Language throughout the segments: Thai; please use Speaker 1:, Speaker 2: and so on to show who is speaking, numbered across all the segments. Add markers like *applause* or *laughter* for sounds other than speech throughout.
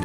Speaker 1: At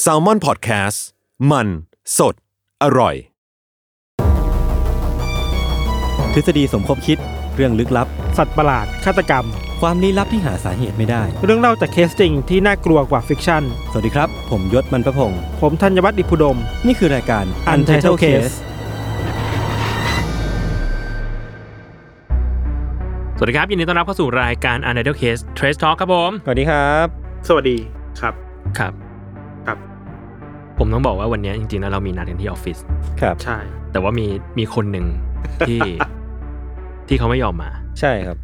Speaker 2: แซลมอนพอดแคสต์มันสดอร่อย
Speaker 3: ทฤษฎีสมคบคิดเรื่องลึกลับ
Speaker 4: สัตว์ประหลาด ฆาตกรรม
Speaker 3: ความลี้ลับที่หาสาเหตุไม่ได้
Speaker 4: เรื่องเล่าจากเคสจริงที่น่ากลัวกว่าฟิกชั่น
Speaker 3: สวัสดีครับ ผมยศมันประพงศ์
Speaker 4: ผมธัญวัฒน์อิพุดม
Speaker 3: นี่คือรายการ
Speaker 4: Untitled Case
Speaker 5: สวัสดีครับ ยินดีต้อนรับเข้าสู่รายการ u n i d l e Case Trace Talk ครับผม
Speaker 3: สวัสดีครับ
Speaker 4: สวัสดีครับ
Speaker 5: ครับ
Speaker 4: ครับ
Speaker 5: ผมต้องบอกว่าวันนี้จริงๆแล้วเรามีนัดกันที่ออฟฟิศ
Speaker 3: ครับ
Speaker 4: ใช่
Speaker 5: แต่ว่ามีมีคนหนึ่งที่
Speaker 3: *laughs*
Speaker 5: ที่เขาไม่ยอมมา
Speaker 3: ใช่ครับ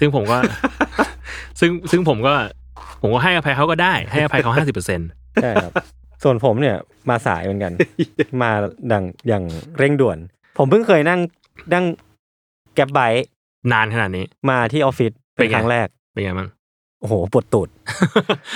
Speaker 5: ซึ่งผมก็
Speaker 3: *laughs*
Speaker 5: ซึ่งซึ่งผมก็ ผมก็ให้อภัยเขาก็ได้ ให้อภัยเขาห้าสิบเปอร์เซ็นต์
Speaker 3: ใช่ *laughs* ครับ ส่วนผมเนี่ยมาสายเหมือนกัน มาดังอย่างเร่งด่วน ผมเพิ่งเคยนั่งนั่งแก็บไบค์
Speaker 5: นานขนาดนี้
Speaker 3: มาที่ออฟฟิศ
Speaker 5: เป็
Speaker 3: เป็น น
Speaker 5: ไง
Speaker 3: ครั้งแรก
Speaker 5: เป็นไงบ้าง
Speaker 3: โอ้โหปวดตูด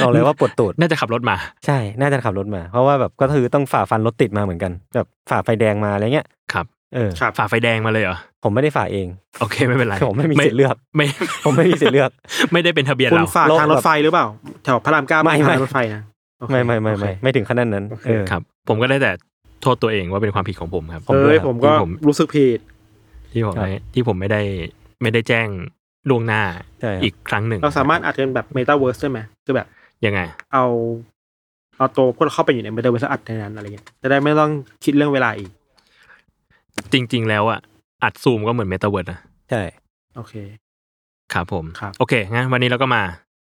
Speaker 3: บอก *laughs* เลยว่าปวดตู *laughs* ด
Speaker 5: น่าจะขับรถมา
Speaker 3: ใช่ น่าจะขับรถมา เพราะว่าแบบก็คือต้องฝ่าฟันรถติดมาเหมือนกัน แบบฝ่าไฟแดงมาอะไรเงี้ย
Speaker 5: ครับ
Speaker 3: เออ
Speaker 4: ครับ
Speaker 5: ฝ่าไฟแดงมาเลยเหรอ
Speaker 3: ผมไม่ได้ฝ่าเอง
Speaker 5: โอเคไม่เป็นไร
Speaker 3: ผมไม่มีสิทธิ์เลือก
Speaker 5: ไม่
Speaker 3: ผมไม่มีสิทธิ์เลือก
Speaker 5: ไม่ได้เป็นทะเบียน
Speaker 4: คุณ
Speaker 5: เรา
Speaker 4: ฝาก
Speaker 3: เรา
Speaker 4: ทางรถไฟหรือเปล่า แถวพระรามเก้า
Speaker 3: ไม่
Speaker 4: ทาง
Speaker 3: ไม่
Speaker 4: รถไฟนะโอเค
Speaker 3: ไม่ไม่ไม่ไม่
Speaker 4: โอเค
Speaker 3: ไม่ถึงขนาดนั้นเออ
Speaker 5: ครับ ผมก็ได้แต่โทษตัวเองว่าเป็นความผิดของผมครับ
Speaker 3: ผมด้
Speaker 4: เอ้
Speaker 3: วย ยครับ
Speaker 4: ผมก็
Speaker 5: ที่ผม
Speaker 4: รู้สึกผิด
Speaker 5: ที่ผม
Speaker 3: ครับ
Speaker 5: ไม่ที่ผมไม่ได้ไม่ได้แจ้งล่วงหน้า
Speaker 3: ใช่ครับ
Speaker 5: อีกครั้งหนึ่ง
Speaker 4: เราสามารถอัดกันแบบเมตาเวิร์สได้ไหมคือแบบ
Speaker 5: ยังไง
Speaker 4: เอาเอาตัวพวกเราเข้าไปอยู่ในเมตาเวิร์สอัดในนั้นอะไรเงี้ยจะได้ไม่ต้องคิดเรื่องเวลาอีก
Speaker 5: จริง ๆ แล้วอะอัดซูมก็เหมือนเมตาเวิร์ดนะ
Speaker 3: ใช่
Speaker 4: โอเค
Speaker 5: ครับผม
Speaker 4: ครับ
Speaker 5: โอเคงั้นวันนี้เราก็มา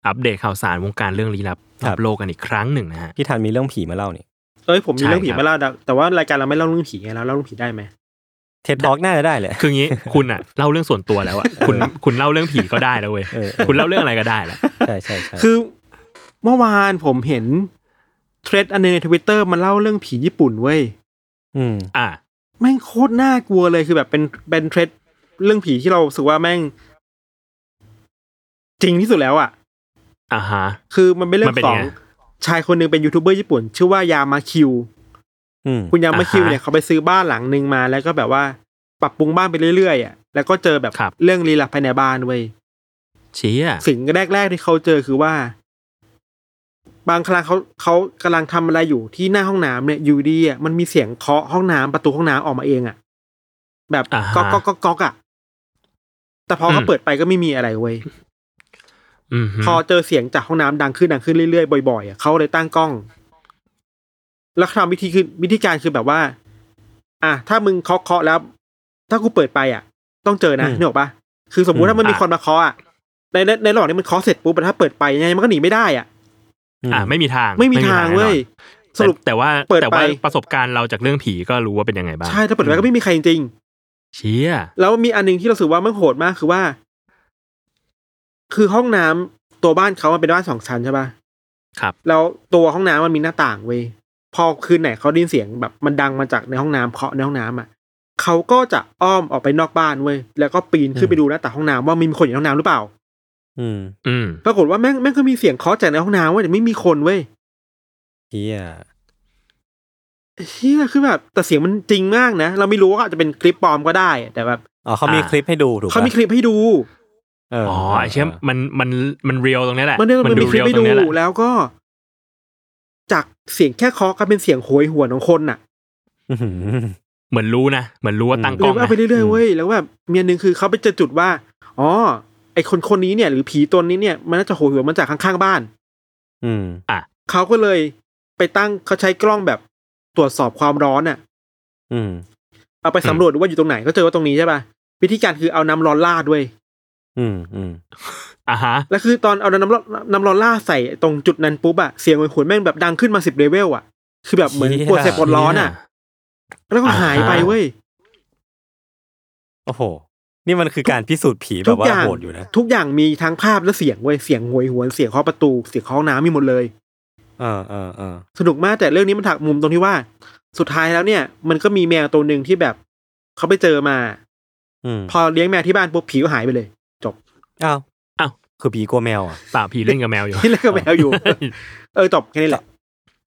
Speaker 5: อัปเดตข่าวสารวงการเรื่องลี้ลับ
Speaker 3: ครั
Speaker 5: รั
Speaker 3: บบ
Speaker 5: โลกกันอีกครั้งหนึ่งนะฮะ
Speaker 3: พี่ธันมีเรื่องผีมาเล่านี่
Speaker 4: เอ้ยผมมี
Speaker 5: ใช่
Speaker 4: เรื่องผี
Speaker 5: ครับ
Speaker 4: มาเล่านะแต่ว่ารายการเราไม่เล่าเรื่องผีไงเราเล่าเรื่องผีได้ไหม
Speaker 3: เท็ดท็อกน่าจะได้แหละ
Speaker 5: คืองี้ *laughs* คุณอะเล่าเรื่องส่วนตัวแล้วอะคุณคุณเล่าเรื่องผีก็ได้แล้วเว้ย
Speaker 3: เออเออ
Speaker 5: คุณเล่าเรื่องอะไรก็ได้แล้ว
Speaker 3: ใช่ใช่ใช่
Speaker 4: คือเมื่อวานผมเห็นเทรดอันหนึงในทวิตเตอร์มันเล่าเรื่องผีญี่ปุ่นเว้ย
Speaker 3: อืม
Speaker 5: อ่ะ
Speaker 4: แม่งโคตรน่ากลัวเลยคือแบบเป็นเป็นเทรดเรื่องผีที่เรารู้สึกว่าแม่ง จริงที่สุดแล้วอะ่ะ
Speaker 5: อ่ะฮะ
Speaker 4: คือมันเป็นเรื่อ
Speaker 5: มั
Speaker 4: ง
Speaker 5: นเป็น
Speaker 4: ของ
Speaker 5: ไง
Speaker 4: ชายคนหนึ่งเป็นยูทูบเบอร์ญี่ปุ่น ชื่อว่ายามาคิว
Speaker 3: อืม
Speaker 4: คุณยามาคิว
Speaker 5: อ่าฮะ
Speaker 4: เนี่ยเขาไปซื้อบ้านหลังหนึ่งมาแล้วก็แบบว่าปรับปรุงบ้านไปเรื่อยๆอะ่ะแล้วก็เจอแบบ
Speaker 5: ครับ
Speaker 4: เรื่องลี้ลับภายในบ้านเว้ย
Speaker 5: เชี้อะ
Speaker 4: สิ่งแรก ๆ ที่เขาเจอคือว่า บางครั้งเขาเขากำลังทำอะไรอยู่ที่หน้าห้องน้ำเนี่ยอยู่ดีอะ่ะมันมีเสียงเคาะห้องน้ำประตูห้องน้ำออกมาเองอะ่ะ แบบ
Speaker 5: อ่ะฮะ
Speaker 4: ก๊อกก๊อกก๊อกก๊อกอ่ะ แต่พอเขา
Speaker 5: อืม
Speaker 4: เปิดไปก็ไม่มีอะไรเว้ย
Speaker 5: อืมฮึ
Speaker 4: พอเจอเสียงจากห้องน้ำดังขึ้นดังขึ้นเรื่อยๆบ่อยๆอ่ะเขาเลยตั้งกล้อง แล้วทำวิธีคือวิธีการคือแบบว่า อ่ะถ้ามึงเคาะเคาะแล้ว ถ้ากูเปิดไปอ่ะ ต้องเจอนะ
Speaker 3: อืม
Speaker 4: นึกออกปะคือสมมุติ
Speaker 3: อืม
Speaker 4: ถ้ามันมีคนมาเคาะอ่ะในในในระหว่างนี้มันเคาะเสร็จปุ๊บแต่ถ้าเปิดไปยังไงมันก็หนีไม่ได้อ่ะ
Speaker 5: อ่ะไม่มีทาง
Speaker 4: ไม่มีทาง
Speaker 5: แน่นอน
Speaker 4: เว้ย ส
Speaker 5: แต่
Speaker 4: รุป
Speaker 5: แต่ว่า
Speaker 4: เปิด
Speaker 5: แต่ว่า
Speaker 4: ไป
Speaker 5: ประสบการณ์เราจากเรื่องผีก็รู้ว่าเป็นยังไงบ้าง
Speaker 4: ใช่ถ้าเปิดไปก็ไม่มีใครจริง
Speaker 5: เชี้อะ
Speaker 4: ๆแล้วมีอันหนึงที่เราสึกว่ามันโหดมากคือว่า คือห้องน้ำตัวบ้านเขามันเป็นบ้านสองชั้นใช่ปะ
Speaker 5: ครับ
Speaker 4: แล้วตัวห้องน้ำมันมีหน้าต่างเว้ยพอคืนไหนเขาได้ยินเสียงแบบมันดังมาจากในห้องน้ำเคาะในห้องน้ำอ่ะเขาก็จะอ้อมออกไปนอกบ้านเว้ยแล้วก็ปีนขึ้นไปดูหน้าต่างห้องน้ำว่ามีคนอยู่ในห้องน้ำหรือเปล่า
Speaker 3: อืม
Speaker 5: อืม
Speaker 4: ปรากฏว่าแม่งแม่งก็มีเสียงเคาะจากในห้องน้ำเว้ยแต่ไม่มีคนเว้ย
Speaker 3: เฮีย
Speaker 4: เฮียคือแบบแต่เสียงมันจริงมากนะ เราไม่รู้ว่าอาจจะเป็นคลิปปลอมก็ได้อะแต่แบบ
Speaker 3: อ๋อเขามี
Speaker 5: อ่า
Speaker 3: คลิปให้ดูถูกปะ
Speaker 4: เขามีคลิปให้ดู
Speaker 3: เออ
Speaker 5: อ๋
Speaker 3: อ๋
Speaker 5: อไอเชี่ยมันมันมันเรียลตรงนี้แหละ
Speaker 4: มันเดินมันมีคลิป
Speaker 5: ย
Speaker 4: ให้
Speaker 5: ตร
Speaker 4: ดู
Speaker 5: งนี้แหละ
Speaker 4: แล้วก็ จากเสียงแค่เคาะก็เป็นเสียงโหยหวนของคนน่ะ
Speaker 3: อื้อหือ
Speaker 5: เหมือนรู้นะเหมือนรู้ว่าตั้งก
Speaker 4: ห
Speaker 5: ล้
Speaker 4: รือ อง ว่า
Speaker 5: นะ
Speaker 4: ไปเรื่อยๆเว้ยแล้วแบบเมียหนึ่งคือเขาไปเจอจุดว่า อ๋อ ไอคนคนนี้เนี่ย หรือผีตนนี้เนี่ยมันน่าจะโหยหวนมาจากข้างๆบ้าน
Speaker 3: อืม
Speaker 4: เขาก็เลยไปตั้งเขาใช้กล้องแบบตรวจสอบความร้อนอ่ะ
Speaker 3: อืม
Speaker 4: เอาไปสำรวจดูว่าอยู่ตรงไหนก็เจอว่าตรงนี้ใช่ป่ะวิธีการคือเอาน้ำร้อนลาดด้วย
Speaker 3: อืมอืม
Speaker 5: อ่ะฮะ
Speaker 4: แล้วคือตอนเอาน้ำร้อนน้ำร้อนลาดใส่ตรงจุดนั้นปุ๊บอะเสียงหวยแม่งแบบดังขึ้นมาสิบเลเวลอะคือแบบเหมือนปวดเสพปวดร้อนอะแล้วก็หายไปเว้ย
Speaker 3: โอ้โห นี่มันคือการพิสูจน์ผีแบ
Speaker 4: ทุ
Speaker 3: บ
Speaker 4: ก
Speaker 3: ว่า
Speaker 4: อย่าง
Speaker 3: โหดอยู่นะ
Speaker 4: ทุกอย่างมีทั้งภาพและเสียงเว้ยเสียงหวยหวนเสียงเคาะประตูเสียงเคาะห้องน้ำมีหมดเลย
Speaker 3: เออเออเออ
Speaker 4: สนุกมากแต่เรื่องนี้มันถักมุมตรงที่ว่า สุดท้ายแล้วเนี่ย มันก็มีแมวตัวหนึ่งที่แบบเขาไปเจอมา
Speaker 3: อืม
Speaker 4: พอเลี้ยงแมวที่บ้านปุ๊บผีก็หายไปเลย จบ
Speaker 3: อ้าว
Speaker 5: อ้าว
Speaker 3: คือผีกลัวแมวอ่ะ
Speaker 5: ป่าผีเล่นกับแมวอยู่
Speaker 4: ที่เล่นกับแมวอยู่ เออจบแค่นี้แหละ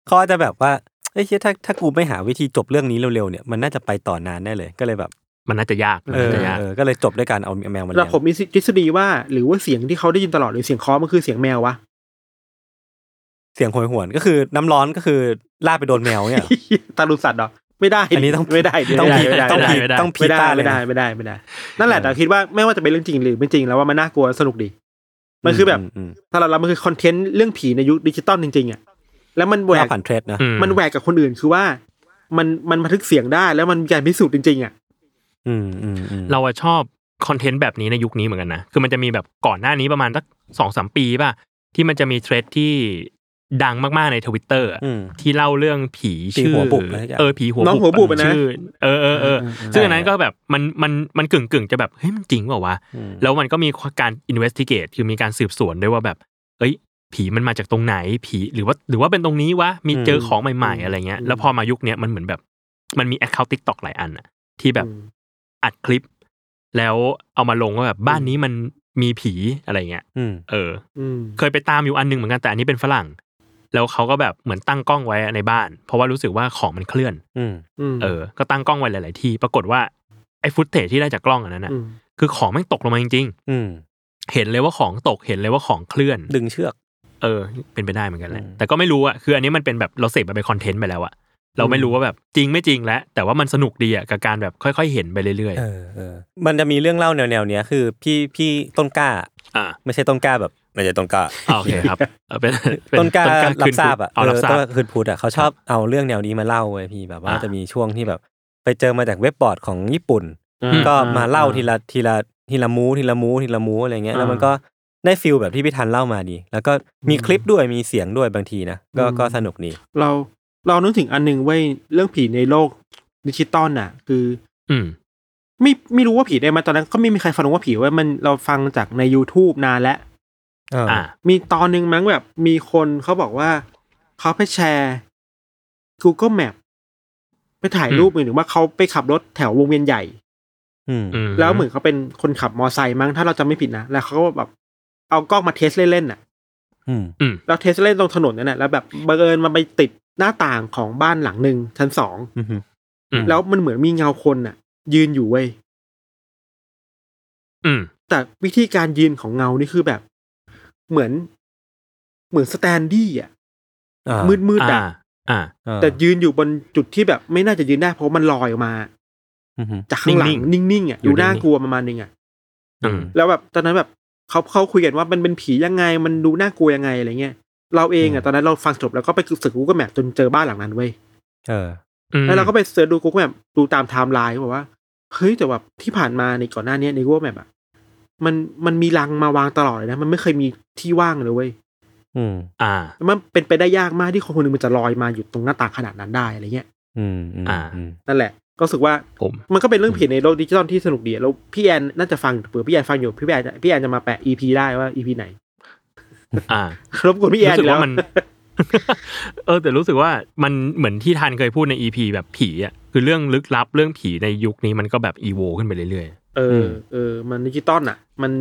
Speaker 3: เขาอาจจะแบบว่าเอ้ยเชี่ยถ้าถ้ากูไม่หาวิธีจบเรื่องนี้เร็วๆเนี่ยมันน่าจะไปต่อนานแน่เลยก็เลยแบบ
Speaker 5: มันน่าจะยากมัน
Speaker 3: เออ
Speaker 5: น่าจะยาก
Speaker 3: เออก็เลยจบด้วยการเอาแมวมา
Speaker 4: เรา
Speaker 3: เลี้ยง
Speaker 4: ผมมีทฤษฎีว่า หรือว่าเสียงที่เขาได้ยินตลอดหรือเสียงเคาะมันคือเสียงแมววะ
Speaker 3: เสียงโหยหวนก็คือน้ำร้อนก็คือลาดไปโดนแมวเนี่ย
Speaker 4: *laughs* ตาลุสัตว์เหรอไม่ได้ดิ
Speaker 3: อันนี้ต้อง
Speaker 4: ไม่ได้ดิ
Speaker 3: ต้อง
Speaker 4: ไม่
Speaker 3: ผี
Speaker 4: ได้
Speaker 3: ต้องผี
Speaker 4: ไม่ได้
Speaker 3: ต้องผี
Speaker 4: ไม่ได้
Speaker 3: ต้าเล
Speaker 4: ไม่
Speaker 3: ย
Speaker 4: ได้
Speaker 3: นะ
Speaker 4: ไม่ได้ไม่ได้ นั่นแหละแต่คิดว่าไม่ว่าจะเป็นเรื่องจริงหรือไม่จริงแล้วว่ามันน่ากลัวสนุกดี มันคือแบบ
Speaker 3: มม
Speaker 4: สำหรับเรามันคือคอนเทนต์เรื่องผีในยุคดิจิตอลจริงๆอ่ะแล้วมันแหว
Speaker 3: หน้าก ผ่านเทรดนะ
Speaker 5: อืม
Speaker 4: มันแหวกกับคนอื่นคือว่า มันมันบันทึกเสียงได้แล้วมันมีการพิสูจน์จริงๆอ่ะ
Speaker 3: อืมอืมอืม
Speaker 5: เราอะชอบคอนเทนต์แบบนี้ในยุคนี้เหมือนกันนะ คือมันจะมีแบบก่อนหน้านี้ประมาณสักสองสามปีป่ะ ที่มันจะมีเทรดที่ดังมากๆในทวิตเตอร์
Speaker 3: อืม
Speaker 5: ที่เล่าเรื่องผี
Speaker 3: ผี
Speaker 5: ชื่อ
Speaker 3: หัวบุบอะไรสักอย่าง
Speaker 5: เออผีหัว
Speaker 4: น้องหัวบุบอะนะ
Speaker 5: ชื่อเออเออเออซึ่งอันนั้นก็แบบมันมันมันกึ่งกึ่งๆจะแบบเฮ้ยมันจริงเปล่าวะ
Speaker 3: อืม
Speaker 5: แล้วมันก็มีการ investigate คือมีการสืบสวนด้วยว่าแบบ เอ้ย ผีมันมาจากตรงไหนผีหรือว่าหรือว่าเป็นตรงนี้วะมีเจอของใหม่ ๆ อะไรเงี้ยแล้วพอมายุคเนี้ยมันเหมือนแบบมันมี account TikTok หลายอันอะที่แบบ อัดคลิป แล้วเอามาลงว่าแบบบ้านนี้มันมีผีอะไรเงี้ย
Speaker 3: อืม
Speaker 5: เออ
Speaker 4: อืม
Speaker 5: เคยไปตามอยู่อันหนึงเหมือนกันแต่อันนี้เป็นฝรั่ง แล้วเขาก็แบบเหมือนตั้งกล้องไว้ในบ้าน เพราะว่ารู้สึกว่าของมันเคลื่อน
Speaker 3: อืม
Speaker 4: ม
Speaker 5: เออ ก็ตั้งกล้องไว้หลายๆที่ ปรากฏว่าไอ้ฟุตเทจที่ได้จากกล้องอันนั้นน่ะ
Speaker 4: ม
Speaker 5: คือของแม่งตกลงมาจริง
Speaker 3: อืม
Speaker 5: ๆ เห็นเลยว่าของตก เห็นเลยว่าของเคลื่อน
Speaker 3: ดึงเชือก
Speaker 5: เออ เป็นไปได้เหมือนกันแหละ
Speaker 3: อืม
Speaker 5: แต่ก็ไม่รู้อะคืออันนี้มันเป็นแบบเราเสพมันเป็นคอนเทนต์ไปแล้วอะเราไม่รู้ว่าแบบจริงไม่จริงแล้ว แต่ว่ามันสนุกดีอะกับการแบบค่อย ๆ เห็นไปเรื่อย
Speaker 3: เออเออมันจะมีเรื่องเล่าแนวแนวๆเนี้ยคือพี่พี่ต้นกล้า
Speaker 5: ๆ อ่า
Speaker 3: ไม่ใช่ต้นกล้าแบบ ไม่ใช่ต้นกล้า
Speaker 5: อ่าโอเคครับเออเป็นเป็
Speaker 3: ต้นกล้ารั
Speaker 5: คื
Speaker 3: บ
Speaker 5: น
Speaker 3: ทราบอ่ะ
Speaker 5: เอารับทรา
Speaker 3: ต้น
Speaker 5: บ
Speaker 3: กล้คืนพุทธอ่ะเขาชอบเอาเรื่องแนวนี้มาเล่าเว้ยพี่แบบว่า
Speaker 5: อ่า
Speaker 3: จะมีช่วงที่แบบ ไปเจอมาจากเว็บบอร์ดของญี่ปุ่น
Speaker 4: อื
Speaker 5: ม
Speaker 3: ก็มาเล่าทีละทีละทีละมูทีละมูทีละมูอะไรเงี้ยแล้วมันก็ได้ฟิลแบบที่พี่ทันเล่ามาดี แล้วก็มีคลิปด้วยมีเสียงด้วยบางทีนะก็ก็สนุกดี
Speaker 4: เราเรานึกถึงอันหนึ่งไว้ยเรื่องผีในโลกดิจิตอลน่ะ คือ
Speaker 5: อืม
Speaker 4: ไม่ไม่รู้ว่าผีได้ไหมตอนนั้นก็ไม่มีใครฟังว่าผีไว้มันเราฟังจากใน YouTube นานแล้ว
Speaker 3: อ่า
Speaker 5: อ่า
Speaker 4: มีตอนหนึ่งมั้งแบบมีคนเขาบอกว่า เขาไปแชร์ Google Map ไปถ่ายรูปหรือว่าเขาไปขับรถแถววงเวียนใหญ่
Speaker 3: อืม
Speaker 5: อืม
Speaker 4: แล้วเหมือนเขาเป็นคนขับมอไซค์มั้งถ้าเราจำไม่ผิดนะ แล้วเขาก็แบบเอากล้องมาเทสเล่นๆน่ะ
Speaker 3: อืม
Speaker 5: อืม
Speaker 4: แล้วเทสเล่นตรงถนนนั่นแหละแล้วแบบบังเอิญมันไปติดหน้าต่างของบ้านหลังหนึ่งชั้นสอง
Speaker 3: อืม
Speaker 5: อืม
Speaker 4: แล้วมันเหมือนมีเงาคนน่ะ ยืนอยู่เว้ย
Speaker 5: อืม
Speaker 4: แต่วิธีการยืนของเงานี่คือแบบ เหมือน เหมือนสแตนดี้อ่ะ
Speaker 3: อ่า
Speaker 4: มืดมืดๆ
Speaker 5: อ่า
Speaker 4: อ่ะ
Speaker 5: อ่า
Speaker 3: อ่า
Speaker 4: แต่ยืนอยู่บนจุดที่แบบไม่น่าจะยืนได้เพราะมันลอยออกมา
Speaker 3: อืม
Speaker 4: จากข้างหลัง
Speaker 5: นิ่
Speaker 4: นิ่งๆอ่ะ
Speaker 5: อ
Speaker 4: อยู่ ยู่น่า
Speaker 5: นิ่งๆ
Speaker 4: กลัวประมาณนึงอ่ะ
Speaker 5: อืม
Speaker 4: แล้วแบบตอนนั้นแบบเขาเขาคุยกันว่ามันเป็นผียังไง มันดูน่ากลัวยังไงอะไรเงี้ยเราเอง
Speaker 3: อื
Speaker 4: อ่ะ
Speaker 3: ม
Speaker 4: ตอนนั้นเราฟังจบแล้วก็ไปศึกกูก็แมปจนเจอบ้านหลังนั้นเว้ย
Speaker 3: เออ
Speaker 4: แล้วเราก็ไปเสิร์ชดูกูก็แมปดูตามไทม์ไลน์บอกว่าเฮ้ยแต่แบบที่ผ่านมาในก่อนหน้าเนี้ยในกูแมปอ่ะมันมันมีรังมาวางตลอดเลยนะมันไม่เคยมีที่ว่างเลยเว้ย
Speaker 3: อืม
Speaker 5: อ่า
Speaker 4: มันเป็นไปได้ยากมากที่คนคนหนึงมันจะลอยมาอยู่ตรงหน้าต่างขนาดนั้นได้อะไรเงี้ย
Speaker 3: อืมอืม
Speaker 5: อ่า
Speaker 3: อืม
Speaker 4: นั่นแหละก็รู้สึกว่า
Speaker 5: ผม
Speaker 4: มันก็เป็นเรื่องผีในโลกดิจิตอลที่สนุกดีแล้วพี่แอนน่าจะฟังเผื่อพี่แอนฟังอยู่พี่แอนพี่แอนจะมาแปะ EP ได้ว่า EP ไหน *laughs*
Speaker 5: อ่าร
Speaker 4: บกวนพี่แอ
Speaker 5: รู้
Speaker 4: น
Speaker 5: สึก
Speaker 4: อีกแล้ว
Speaker 5: ว่ามัน *laughs* เออ แต่รู้สึกว่ามันเหมือนที่ทันเคยพูดในอีพีแบบผีอ่ะคือเรื่องลึกลับเรื่องผีในยุคนี้มันก็แบบอีโวขึ้นไปเรื่อย
Speaker 4: เออเออมันดิจิตอลอ่ะ มัน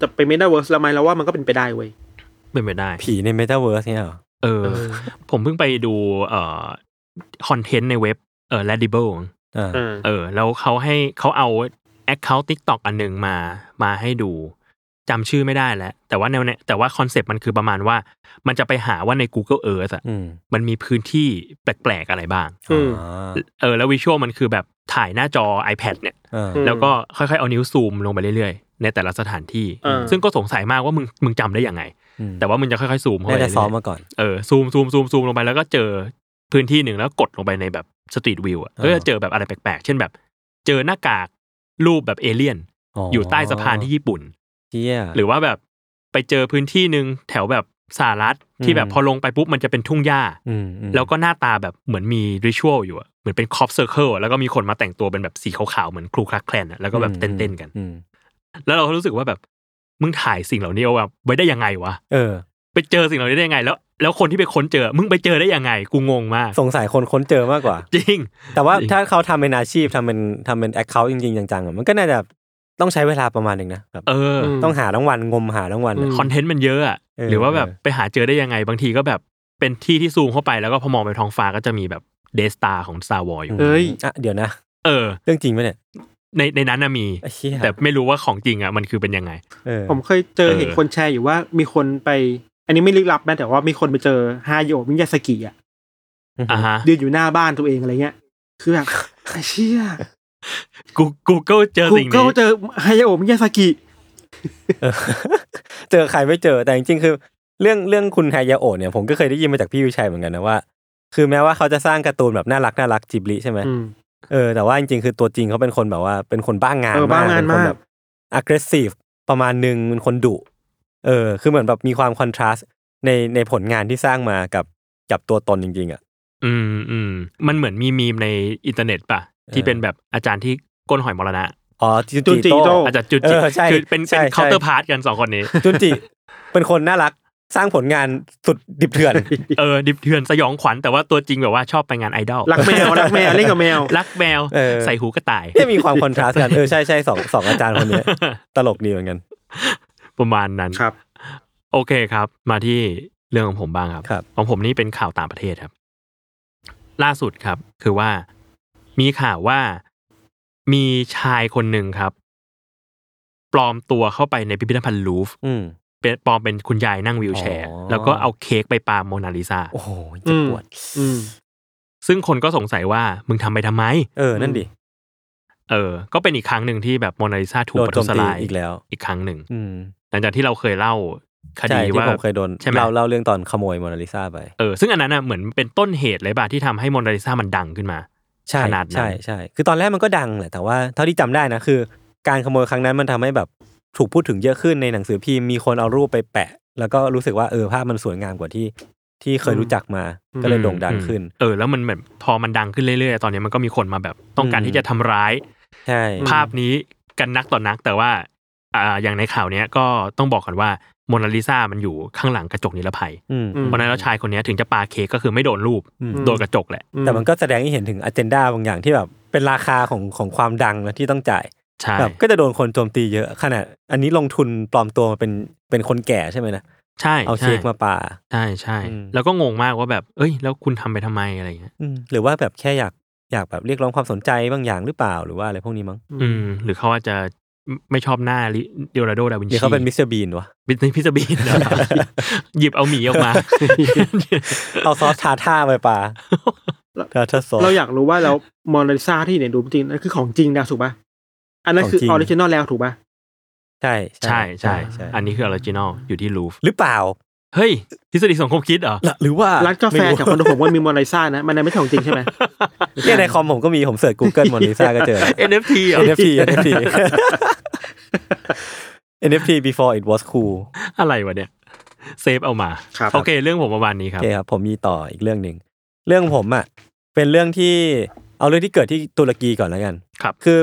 Speaker 4: จะไปไม่ได้เวิร์สแล้วไหมเราว่ามันก็เป็นไปได้เว้ย
Speaker 5: ๆ เป็นไปได้
Speaker 3: ผีในเมตาเวิร์สเนี่ยเหรอ
Speaker 5: เออ
Speaker 4: เออ
Speaker 5: ผมเพิ่งไปดูเอ่อคอนเทนต์ในเว็บเอ่อ Ladible มั้ง
Speaker 3: อ่า
Speaker 4: อ่า
Speaker 5: เออแล้วเขาให้เขาเอา Account TikTok อันหนึ่งมามาให้ดูจำชื่อไม่ได้แล้ว แต่ว่าแนวเนี่ยแต่ว่าคอนเซปต์มันคือประมาณว่า มันจะไปหาว่าใน Google Earth อะ
Speaker 3: อืม
Speaker 5: มันมีพื้นที่แปลกๆอะไรบ้าง
Speaker 4: อืม
Speaker 3: อ่า
Speaker 5: เออแล้ววิชวลมันคือแบบถ่ายหน้าจอ iPad เนี่ย
Speaker 3: อ่า
Speaker 4: อืม
Speaker 5: แล้วก็ค่อยๆ เอานิ้วซูมลงไปเรื่อยๆ ในแต่ละสถานที่
Speaker 4: อ่า
Speaker 5: ซึ่งก็สงสัยมากว่ามึงมึงจำได้ยังไง
Speaker 3: อืม
Speaker 5: แต่ว่ามึงจะค่อยๆซูมเข้าไป
Speaker 3: น่าจะซ้อม
Speaker 5: เรื่ย
Speaker 3: มาก่อน
Speaker 5: ๆเออซูมซูมซูมซูมลงไปแล้วก็เจอพื้นที่หนึ่งแล้วกดลงไปในแบบสตรีทวิวอ่ะก็
Speaker 3: อ่า
Speaker 5: จะเจอแบบอะไรแปลกๆ เช่นแบบ เจอหน้ากากรูปแบบเอเลี่ยน อยู่ใต้สะพานที่ญี่ปุ่น
Speaker 3: เชี่ย
Speaker 5: หรือว่าแบบไปเจอพื้นที่หนึ่งแถวแบบสหรัฐที่
Speaker 3: อืม
Speaker 5: แบบพอลงไปปุ๊บมันจะเป็นทุ่งหญ้า
Speaker 3: มอืม
Speaker 5: แล้วก็หน้าตาแบบเหมือนมีริชวลอยู่อะเหมือนเป็นคอปเซอร์เคิลแล้วก็มีคนมาแต่งตัวเป็นแบบสีขาวๆ เหมือนครูคลักแคลนอะแล้วก็แบบเต้นๆกัน
Speaker 3: อืม
Speaker 5: แล้วเราก็รู้สึกว่าแบบ มึงถ่ายสิ่งเหล่านี้เอาแบบไว้ได้ยังไงวะ
Speaker 3: เออ
Speaker 5: ไปเจอสิ่งเหล่านี้ได้ยังไง แล้ว แล้วคนที่ไปค้นเจอ มึงไปเจอได้ยังไง กูงงมาก
Speaker 3: สงสัยคนค้นเจอมากกว่า
Speaker 5: จริง
Speaker 3: แต่ว่า
Speaker 5: จริง
Speaker 3: ถ้าเขาทำเป็นอาชีพทำเป็นทำเป็นแอคเคาท์จริงๆ จังๆอะมันก็น่าจะต้องใช้เวลาประมาณหนึ่งนะแบบ
Speaker 5: เออ
Speaker 4: ม
Speaker 3: ต้องหาทั้งวันงมหาทั้งวันอะ
Speaker 5: คอนเทนต์มันเยอะอะ
Speaker 3: เออ
Speaker 5: หรือว่าแบบไปหาเจอได้ยังไง บางทีก็แบบเป็นที่ที่ซูมเข้าไปแล้วก็พอมองไปท้องฟ้าก็จะมีแบบเดสตาของซาวอย
Speaker 3: ม
Speaker 4: เอ้ย
Speaker 3: อ่ะเดี๋ยวนะ
Speaker 5: เออ
Speaker 3: เรื่องจริงไหมเนี่ย
Speaker 5: ในในนั้นน่ะมี
Speaker 3: ไอ้เชี่ย
Speaker 5: แต่ไม่รู้ว่าของจริงอ่ะมันคือเป็นยังไง
Speaker 3: เออ
Speaker 4: ผมเคยเจอ
Speaker 5: เออ
Speaker 4: เห็นคนแชร์อยู่ว่ามีคนไป อันนี้ไม่ลึกลับนะแต่ว่ามีคนไปเจอฮาโยะมิยาสกิอ่ะ
Speaker 5: อ่ะฮะ
Speaker 4: ยืนอยู่หน้าบ้านตัวเองอะไรเงี้ย คือแบบ ไอ้เชี่ย
Speaker 5: กูกูเกิลเจอ
Speaker 4: กู
Speaker 5: สิ่ง
Speaker 4: ก็
Speaker 5: นี้
Speaker 4: เจอฮาโยะมิยาสกิ
Speaker 3: เออ เจอใครไม่เจอแต่จริงๆคือ เรื่องเรื่องคุณไฮยาโอะเนี่ยผมก็เคยได้ยินมาจากพี่วิชัยเหมือนกันนะว่า คือแม้ว่าเขาจะสร้างการ์ตูนแบบน่ารักน่ารักจิบลิใช่ไหม
Speaker 4: อืม
Speaker 3: เออแต่ว่าจริงๆ คือตัวจริงเขาเป็นคนแบบว่าเป็นคนบ้างงาน
Speaker 4: เออบ้างงาน
Speaker 3: เป็นคน
Speaker 4: มาก
Speaker 3: แบบ aggressive ประมาณหนึ่งเป็นคนดุเออ คือเหมือนแบบมีความคอนทราสต์ในในผลงานที่สร้างมากับกับตัวตนจริง ๆ อ่ะ
Speaker 5: อืมอืมมันเหมือนมีมีมในอินเทอร์เน็ตป่ะ ที่เป็นแบบอาจารย์ที่ก้นหอยมรณะ
Speaker 3: อ๋อจู
Speaker 4: จูจิ
Speaker 3: จิ
Speaker 4: โต้
Speaker 3: โต้
Speaker 5: อาจารย์จุจิ
Speaker 3: เออใช่
Speaker 5: คือเป็น
Speaker 3: ใช่
Speaker 5: เป็
Speaker 3: ใช่
Speaker 5: นเคาน์เตอร์พาร์ทกันสองคนนี้
Speaker 3: *laughs* จุนจิ เป็นคนน่ารักสร้างผลงานสุดดิบเถื่อน
Speaker 5: เออดิบเถื่อนสยองขวัญแต่ว่าตัวจริงแบบว่าชอบไปงานไอดอล
Speaker 4: รักแมวรักแมวเล่นกับ
Speaker 3: *laughs*
Speaker 4: แมว
Speaker 5: *laughs* รักแมว
Speaker 3: เออ
Speaker 5: ใส่หูกระต่าย
Speaker 3: เนี่ยมีความคอนทราสต์กันเออใช่ใช่สองสองอาจารย์คนเนี้ยตลกดีเหมือนกัน
Speaker 5: ประมาณนั้น
Speaker 4: ครับ
Speaker 5: โอเคครับ มาที่เรื่องของผมบ้างครับ
Speaker 3: ครับ
Speaker 5: ของผมนี่เป็นข่าวต่างประเทศครับ ล่าสุดครับ คือว่ามีข่าวว่ามีชายคนหนึ่งครับ ปลอมตัวเข้าไปในพิพิธภัณฑ์ลูฟร์
Speaker 3: อืม
Speaker 5: เป็นปลอมเป็นคุณยายนั่งวิวแชร์
Speaker 3: อ๋อ
Speaker 5: แล้วก็เอาเค้กไปปาโมนาลิซา
Speaker 3: โอ้โหเจ็บปวด
Speaker 4: อืม
Speaker 5: ซึ่งคนก็สงสัยว่ามึงทำไปทำไม
Speaker 3: เออ นั่นดิ
Speaker 5: เออ ก็เป็นอีกครั้งหนึ่งที่แบบโมนาลิซาถูก
Speaker 3: โดน
Speaker 5: ประ
Speaker 3: โจ
Speaker 5: ทุ
Speaker 3: ม
Speaker 5: ษ
Speaker 3: ตี
Speaker 5: ร้าย
Speaker 3: อีกแล้ว
Speaker 5: อีกครั้งหนึ่ง
Speaker 3: อืม
Speaker 5: หลังจากที่เราเคยเล่าค
Speaker 3: ใช่
Speaker 5: ดี
Speaker 3: ที่
Speaker 5: ว่า
Speaker 3: ผมเคยโดน
Speaker 5: ใช่ไหม
Speaker 3: เราเล่าเรื่องตอนขโมยโมนาลิซาไป
Speaker 5: เออซึ่งอันนั้นน่ะเหมือนเป็นต้นเหตุเลยป่ะที่ทำให้โมนาลิซามันดังขึ้นมา
Speaker 3: ใช่
Speaker 5: ขนาดนั้น
Speaker 3: ใช่ใช่คือตอนแรกมันก็ดังแหละแต่ว่าเท่าที่จำได้นะคือ การขโมยครั้งนั้นมันทำให้แบบถูกพูดถึงเยอะขึ้นในหนังสือพิมพ์มีคนเอารูปไปแปะ แล้วก็รู้สึกว่าเออภาพมันสวยงามกว่าที่ที่เคยรู้จักมา
Speaker 4: อืม
Speaker 3: ก็เลยโด่งดังขึ้น
Speaker 5: เออแล้วมันแบบพอมันดังขึ้นเรื่อยๆ ตอนนี้มันก็มีคนมาแบบต้องการ
Speaker 3: อืม
Speaker 5: ที่จะทำร้าย
Speaker 3: ใช่
Speaker 4: อืม
Speaker 5: ภาพนี้กันนักต่อนัก แต่ว่าอ่าอย่างในข่าวเนี้ยก็ต้องบอกก่อนว่าโมนาลิซามันอยู่ข้างหลังกระจกนิรภัย
Speaker 3: อืม
Speaker 4: อืม
Speaker 5: เพราะฉะนั้นแล้วชายคนเนี้ยถึงจะปาเค้กก็คือไม่โดนรูป
Speaker 3: อืม
Speaker 5: โดนกระจกแหละ
Speaker 4: อื
Speaker 3: แต่มันก็แสดงให้เห็นถึงอเจนดาบางอย่างที่แบบเป็นราคาของของความดังนะที่ต้องจ่าย
Speaker 5: ใช่
Speaker 3: แบบก็จะโดนคนโจมตีเยอะขนาดอันนี้ลงทุนปลอมตัวมาเป็นเป็นคนแก่ใช่ไหมนะ
Speaker 5: ใช่
Speaker 3: เอาเค้กมาปา
Speaker 5: ใช่ใช่
Speaker 3: อืม
Speaker 5: แล้วก็งงมากว่าแบบ เอ้ย แล้วคุณทำไปทำไมอะไรเงี้ย
Speaker 3: อืมหรือว่าแบบแค่อยากอยากแบบเรียกร้องความสนใจบางอย่างหรือเปล่าหรือว่าอะไรพวกนี้มั้ง
Speaker 5: อืม หรือเขาอาจจะไม่ชอบหน้าเดโรโดดาวิน
Speaker 3: เดี๋ยว
Speaker 5: ชี
Speaker 3: เขาเป็นมิสเตอร์บีนวะ
Speaker 5: บิสพิซบีนนะครับ *laughs* หยิบเอาหมีออก
Speaker 3: *laughs*
Speaker 5: มา
Speaker 3: เอาซอสทาท่าไปปลาทาท่าซอส
Speaker 4: เราอยากรู้ว่าแล้วมอนาลิซาที่เนี่ยดูจริงนั่นคือของจริงนะถูกป่ะอันนั้นคือ
Speaker 3: ของจริง
Speaker 4: ออริจินอลแล้วถูกป่ะ
Speaker 3: ใช่
Speaker 5: ใช่ใช่
Speaker 3: ใช่
Speaker 5: อันนี้คือออริจินอลอยู่ที่ลูฟ
Speaker 3: หรือเปล่า
Speaker 5: เฮ้ย ทฤษฎีสังคมคิดเหรอ
Speaker 3: ล่ะหรือว่า
Speaker 4: ร้านกาแฟ
Speaker 3: ไม่
Speaker 4: แถวคอนโดผมมันมีมอนาลิซานะ มันไม่ใช่ของจริงใช่ไหม
Speaker 3: เนี่ยในคอมผมก็มีผมเสิร์ช Google มอนาลิซาก็เจอ
Speaker 5: NFT เหรอ
Speaker 3: NFT NFT
Speaker 5: *laughs*
Speaker 3: *laughs* NFT before it was cool
Speaker 5: อะไรวะเนี่ย เซฟเอามา
Speaker 4: ครับ
Speaker 5: โอเค เรื่องผมประมาณนี้
Speaker 3: โอ
Speaker 5: ครับ
Speaker 3: เคครับ ผมมีต่ออีกเรื่องหนึ่ง เรื่องผมอ่ะ เป็นเรื่องที่เอาเรื่องที่เกิดที่ตุรกีก่อนแล้วกัน
Speaker 5: ครับ
Speaker 3: คือ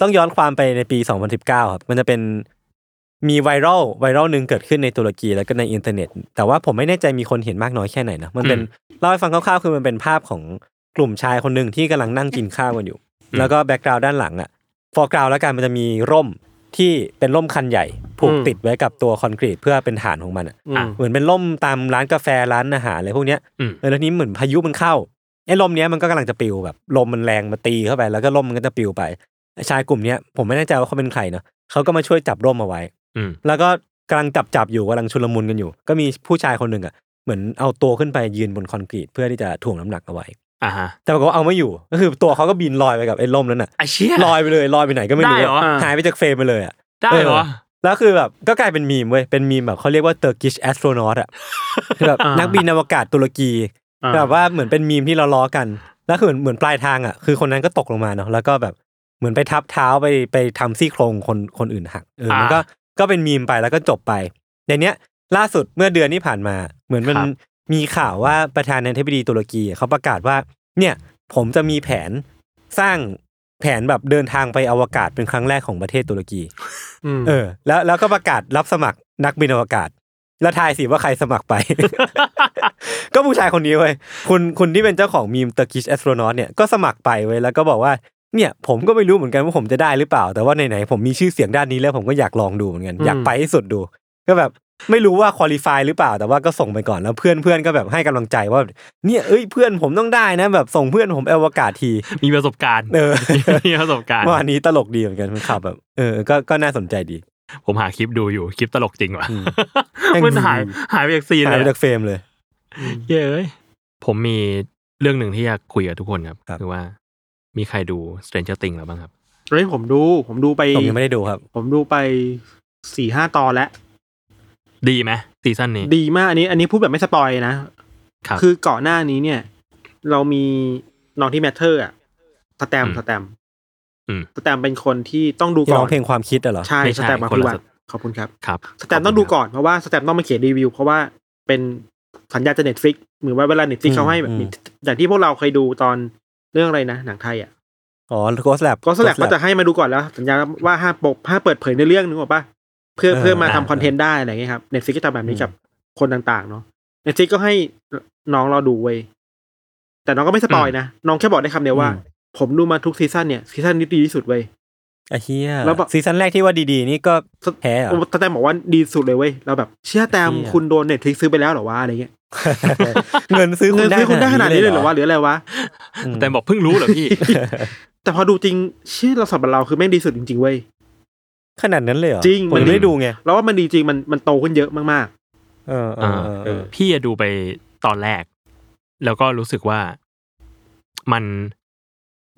Speaker 3: ต้องย้อนความไปในปี 2019 ครับ มันจะเป็นมีไวรัลไวรัลหนึ่งเกิดขึ้นในตุรกีแล้วก็ในอินเทอร์เน็ต แต่ว่าผมไม่แน่ใจมีคนเห็นมากน้อยแค่ไหนนะ มันเป็นเล่าให้ฟังคร่าวๆ คือมันเป็นภาพของกลุ่มชายคนหนึ่งที่กำลังนั่งกินข้าวกันอยู่ แล้วก็แบ็กกราวด์ด้านหลังอ่ะ ฟอร์กราวแล้วกันมันจะมีร่มที่เป็นร่มคันใหญ่ผูก
Speaker 4: อืม
Speaker 3: ติดไว้กับตัวคอนกรีตเพื่อเป็นฐานของมันอะ
Speaker 4: อืม
Speaker 3: เหมือนเป็นล่มตามร้านกาแฟร้านอาหารอะไรพวกเนี้ย
Speaker 5: อืม
Speaker 3: เออแล้วนี้เหมือนพายุมันเข้าไอ้ลมเนี้ยมันก็กำลังจะปลิวแบบลมมันแรงมาตีเข้าไป แล้วก็ล่มมันก็จะปลิวไปชายกลุ่มเนี้ยผมไม่แน่ใจว่าเขาเป็นใครเนาะเขาก็มาช่วยจับร่มเอาไว้
Speaker 5: อืม
Speaker 3: แล้วก็กำลังจับจับๆอยู่กำลังชุลมุนกันอยู่ ก็มีผู้ชายคนหนึ่งอ่ะเหมือนเอาตัวขึ้นไปยืนบนคอนกรีตเพื่อที่จะถ่วงน้ำหนักเอาไว้
Speaker 5: อ่าฮะ
Speaker 3: แต่ปรากฏว่าเอาไม่อยู่ก็คือตัวเขาก็บินลอยไปกับไอ้ล่มนั้นอ่ะ
Speaker 5: ไอเชี่ย
Speaker 3: ลอยไปเลยลอยไปไหนก็ไม่รู้
Speaker 5: ได้เหรอ
Speaker 3: หายไปจากเฟรมไปเลยอ่ะ
Speaker 5: ได้เหรอ
Speaker 3: เออ แล้วคือแบบก็กลายเป็นมีมเว้ยเป็นมีมแบบเขาเรียกว่า Turkish astronaut
Speaker 5: *laughs*
Speaker 3: อะคือแบบ
Speaker 5: อ่านั
Speaker 3: นักบินอวกาศตุรกี
Speaker 4: อ่า
Speaker 3: แบบว่าเหมือนเป็นมีมที่เราล้อกัน แล้วคือเหมือนเหมือนปลายทางอ่ะคือคนนั้นก็ตกลงมาเนาะแล้วก็แบบเหมือนไปทับเท้าไปไปทำซี่โครงคนคนอื่นหักเออมันก็ก็เป็นมีมไปแล้วก็จบไปในเนี้ยล่าสุดเมื่อเดือนที่ผ่านมา เหมือนมัน
Speaker 5: ครับ
Speaker 3: มีข่าวว่าประธานาธิบดีตุรกีเขาประกาศว่า เนี่ยผมจะมีแผนสร้างแผนแบบเดินทางไปอวกาศเป็นครั้งแรกของประเทศตุรกี
Speaker 4: ม
Speaker 3: เออ แล้วแล้วก็ประกาศรับสมัครนักบินอวกาศ แล้วทายสิว่าใครสมัครไป *laughs* ก็ผู้ชายคนนี้เว้ยคุณคุณที่เป็นเจ้าของมีม Turkish astronaut เนี่ยก็สมัครไปเว้ยแล้วก็บอกว่าเนี่ยผมก็ไม่รู้เหมือนกันว่าผมจะได้หรือเปล่า แต่ว่าไหนๆผมมีชื่อเสียงด้านนี้แล้วผมก็อยากลองดูเหมือนกันอยากไปให้สุดดู ก็แบบไม่รู้ว่าคุริฟายหรือเปล่า แต่ว่าก็ส่งไปก่อนแล้วเพื่อนเพื่อนก็แบบให้กำลังใจว่าเนี่ยเอ้ยเพื่อนผมต้องได้นะแบบส่งเพื่อนผมไปอวกาศที
Speaker 5: มีประสบการณ์
Speaker 3: เออ
Speaker 5: มีประสบการณ์
Speaker 3: เมื่อวานนี้ตลกดีเหมือนกันมันข่าวแบบเออก็ก็น่าสนใจดี
Speaker 5: ผมหาคลิปดูอยู่คลิปตลกจริงว่ะ
Speaker 3: อืม
Speaker 5: มันหายหายไปจากซีน
Speaker 3: หาไป
Speaker 5: เลย ยอะ
Speaker 3: จากเฟรมเลย
Speaker 5: เย้ยผมมีเรื่องหนึ่งที่อยากคุยกับทุกคนครับ
Speaker 3: ครับ
Speaker 5: คือว่ามีใครดู Stranger Things แล้วบ้างครับ
Speaker 4: เฮ้ยผมดู ผมดูไป
Speaker 3: ผมยังไม่ได้ดูครับ
Speaker 4: ผมดูไปสี่ห้าตอนแล้ว
Speaker 5: ดีไหมซีซั่นนี้
Speaker 4: ดีมากอันนี้ อันนี้พูดแบบไม่สปอยนะ
Speaker 5: ครับ
Speaker 4: คือก่อนหน้านี้เนี่ย เรามีน้องที่แมทเทอร์อะสแตมป์
Speaker 5: อืม
Speaker 4: สแตมป์
Speaker 5: อืม
Speaker 4: สแตมป์เป็นคนที่ต้องดู
Speaker 3: ที่
Speaker 4: ก่
Speaker 3: ร้
Speaker 4: อ
Speaker 3: อน งเพลงความคิดอะเหรอ
Speaker 4: ใช่
Speaker 5: ไม่ใช่
Speaker 4: สแตมป์มา
Speaker 5: คน
Speaker 4: คุย
Speaker 5: ละ
Speaker 4: วั
Speaker 5: ส
Speaker 4: นขอบคุณครับ
Speaker 5: ครับ
Speaker 4: สแตมป์ต้องดูก่อนเพราะว่าสแตมป์ต้องมาเขียนรีวิว เพราะว่าเป็นสัญญาจะเน็ตฟลิกเหมือนว่าเวลาเน็ตฟลิ
Speaker 3: อื
Speaker 4: ก
Speaker 3: ม
Speaker 4: เขาให้แบบ
Speaker 3: อืม
Speaker 4: อย่างที่พวกเราเคยดูตอนเรื่องอะไรนะ หนังไทยอ่ะ
Speaker 3: อ๋อ Ghost Lab
Speaker 4: ก็สลักก็จะให้มาดูก่อนแล้ว สัญญาว่าห้ามปกห้ามเปิดเผยในเรื่องนึกออกปะเพื่อ
Speaker 3: เออ
Speaker 4: เพื่อมา
Speaker 3: เออ
Speaker 4: ทำคอนเทนต์ได้อะไรอย่างเงี้ยครับเน็ตฟลิกก็ทำแบบนี้กับคนต่างๆเนาะเน็ตฟลิกก็ให้น้องเราดูเว้ยแต่น้องก็ไม่สปอยนะน้องแค่บอกได้คำเดียวว่า ผมดูมาทุกซีซั่นเนี่ยซีซั่นนี้ดีที่สุดเว้ย
Speaker 3: ไอ้เฮีย
Speaker 4: แล้วบอก
Speaker 3: ซีซั่นแรกที่ว่าดีๆ นี่ก็แพ้เหรอ
Speaker 4: แต่แตมบอกว่าดีสุดเลยเว้ยเราแบบเชื่อแตม
Speaker 3: เชี่ย
Speaker 4: คุณโดนเน็ตฟลิกซื้อไปแล้วเหรอวะอะไรเงี้ย
Speaker 3: *laughs* เงินซื้อคุณได้
Speaker 4: *laughs* ซื้อคุณได้ขนาดนี้เลยเหรอวะหรืออะไรวะ
Speaker 3: ม
Speaker 5: แต่บอกเพิ่งรู้เหรอพี่
Speaker 4: แต่พอดูจริงชื่อเราสำหรับเราคือแม่งดีสุดจริงๆเว้ย
Speaker 3: ขนาดนั้นเลยเหรอ
Speaker 4: จริง
Speaker 3: ผม
Speaker 4: มัน
Speaker 3: ยังไม่ได้ดูไง
Speaker 4: เราว่ามันดีจริงมันมันโตขึ้นเยอะมาก
Speaker 3: เออเออเออเออ
Speaker 5: พี่อะดูไปตอนแรก แล้วก็รู้สึกว่ามัน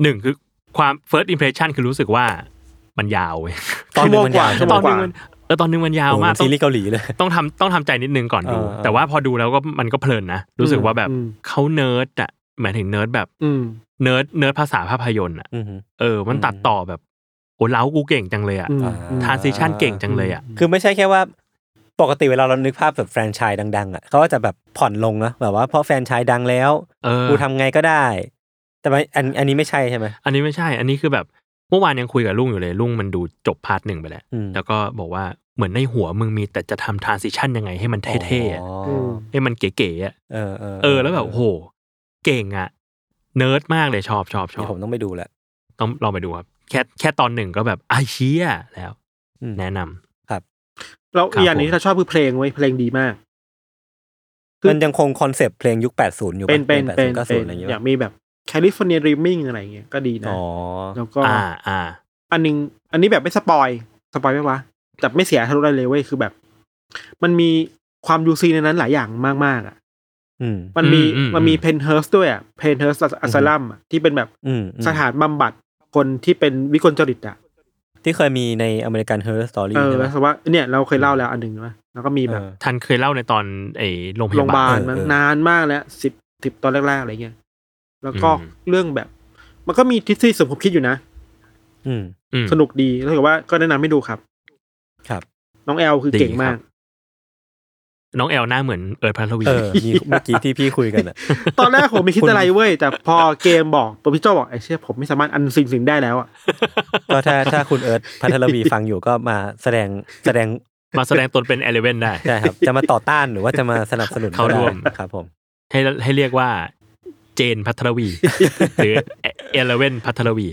Speaker 5: หนึ่งคือความ first impression คือรู้สึกว่ามันยาวเว้ย
Speaker 4: ๆชั่วโมงกว่าชั่วโม
Speaker 5: ตอง
Speaker 4: ก
Speaker 5: นห
Speaker 4: ว่า
Speaker 5: นึ
Speaker 4: ง
Speaker 5: มันเออตอนหนึงมันยาว
Speaker 3: โอ้โห
Speaker 5: มาก
Speaker 3: เป็น
Speaker 5: ต้
Speaker 3: ซี
Speaker 5: อง
Speaker 3: รีส์เกาหลีเลย
Speaker 5: ต้องทำต้องทำใจนิดนึงก่อนดู
Speaker 3: เออเออ
Speaker 5: แต่ว่าพอดูแล้วก็มันก็เพลินนะรู้สึกว่าแบบ
Speaker 4: อืม
Speaker 5: เขาเนิร์ดอะหมายถึงเนิร์ดแบบ
Speaker 4: อืม
Speaker 5: เนิร์ดเนิร์ดภาษาภาพยนตร์อะ
Speaker 3: อือหือ
Speaker 5: เออ มันตัดต่อแบบโอ้เล้ากูเก่งจังเลยอะ
Speaker 4: อืม
Speaker 5: ทรานซิชันเก่งจังเลยอะ
Speaker 3: คือไม่ใช่แค่ว่า ปกติเวลาเรานึกภาพแบบแฟรนไชส์ดัง ๆ อ่ะเขาก็จะแบบผ่อนลงนะแบบว่าเพราะแฟรนไชส์ดังแล้ว
Speaker 5: เออ
Speaker 3: กูทำไงก็ได้ แต่ว่าอันอันนี้ไม่ใช่ใช่ไหม
Speaker 5: อันนี้ไม่ใช่ อันนี้คือแบบเมื่อวานยังคุยกับลุงอยู่เลยลุงมันดูจบพาร์ทหนึ่งไปแล้ว
Speaker 3: อืม
Speaker 5: แล้วก็บอกว่าเหมือนในหัวมึงมีแต่จะทำทรานซิชันยังไงให้มันเท่ๆอะ
Speaker 3: อ๋อ
Speaker 4: ม
Speaker 5: ให้มันเก๋ๆอะ
Speaker 3: เออเออ
Speaker 5: เออแล้วแบบโอ้โหเก่งอะเนิร์ดมากเลยชอบชอบชอ
Speaker 3: เดี๋ยว
Speaker 5: บ
Speaker 3: ผมต้องไปดูแหละ
Speaker 5: ต้องลองไปดูครับ แค่แค่ตอนหนึ่งก็แบบไอ้เชี่ยแล้ว
Speaker 3: อืม
Speaker 5: แนะนำ
Speaker 4: เรา
Speaker 5: ครับ
Speaker 4: อย่างหนี้ที่เราชอบคือเพลงเว้ยเพลงดีมาก คือ
Speaker 3: มันยังคงคอนเซปต์เพลงยุค 80 อยู่ะ
Speaker 4: เป็นเป็นเป็น
Speaker 3: 80
Speaker 4: เป็
Speaker 3: 90
Speaker 4: น
Speaker 3: อะไรอย่างเงี้ย
Speaker 4: อยา
Speaker 3: ปะ
Speaker 4: กมีแบบแคลิฟอร์เนียริมมิ่งอะไรเงี้ยก็ดีนะ
Speaker 3: อ๋อ
Speaker 4: แล้วก็
Speaker 5: อ่าอ่า
Speaker 4: อันนึง อันนี้แบบไม่สปอยสปอยไหมวะแต่ไม่เสียทะลุได้เลยเว้ยคือแบบ มันมีความยูซีในนั้นหลายอย่างมากๆอ่ะ
Speaker 3: อืม
Speaker 4: มันมี
Speaker 5: อืมอืม
Speaker 4: มันมีเพนเฮิร์สด้วยอ่ะเพนเฮิร์สอัสลัมที่เป็นแบบ
Speaker 3: อืมอืม
Speaker 4: สถานบำบัดคนที่เป็นวิกลจริตอ่ะ
Speaker 3: ที่เคยมีในอเมริกันเฮอร์สตอรี่
Speaker 4: เออ
Speaker 3: ใช่ไหม
Speaker 4: แล้วว่าเนี่ยเราเคยเล่าแล้วอันหนึ่งนะแล้วก็มีแบบ
Speaker 5: ทันเคยเล่าในตอนไอ้โรงพ
Speaker 4: โรง
Speaker 5: ยาย
Speaker 4: พาบา
Speaker 5: บา
Speaker 4: ล
Speaker 5: ล
Speaker 4: มัน
Speaker 3: เออ
Speaker 4: นานมากแล้วสิบสิบตอนแรกๆอะไรเงี้ยแล้วก็
Speaker 5: อืม
Speaker 4: เรื่องแบบ มันก็มีทฤษฎีสมคบคิดอยู่นะ
Speaker 3: อืม
Speaker 5: อืม
Speaker 4: สนุกดีแล้วถือว่าก็แนะนำให้ดูครับ
Speaker 3: ครับ
Speaker 4: น้องแอลคือ
Speaker 5: ดี
Speaker 4: เก่งมาก
Speaker 5: ครับ น้องแอลหน้าเหมือนเอิร์ธพลัทวี
Speaker 3: เออมีเมื่อกี้ที่พี่คุยกันอ่ะ *laughs*
Speaker 4: ตอนแรกผมไม่คิด
Speaker 3: คุณ
Speaker 4: อะไรเว้ย แต่พอเกมบอกตัวพี่โจบอกไอ้เชี่ยผมไม่สามารถอันสิ่งสิ่งได้แล้วอ่ะ
Speaker 3: ก็ถ้าถ้าคุณเอิร์ธพัทร *laughs* วีฟังอยู่ก็มาแสดงแสดง
Speaker 5: มาแสดงตนเป็นเอเลเวนได้
Speaker 3: ใช่ครับ *laughs* จะมาต่อต้านหรือว่าจะมาสนับสนุน
Speaker 5: เข้าร่วม
Speaker 3: ก็ได้ครับผม
Speaker 5: ให้ให้เรียกว่าเจนพัทรวี หรือเอเลเวนพัทรวี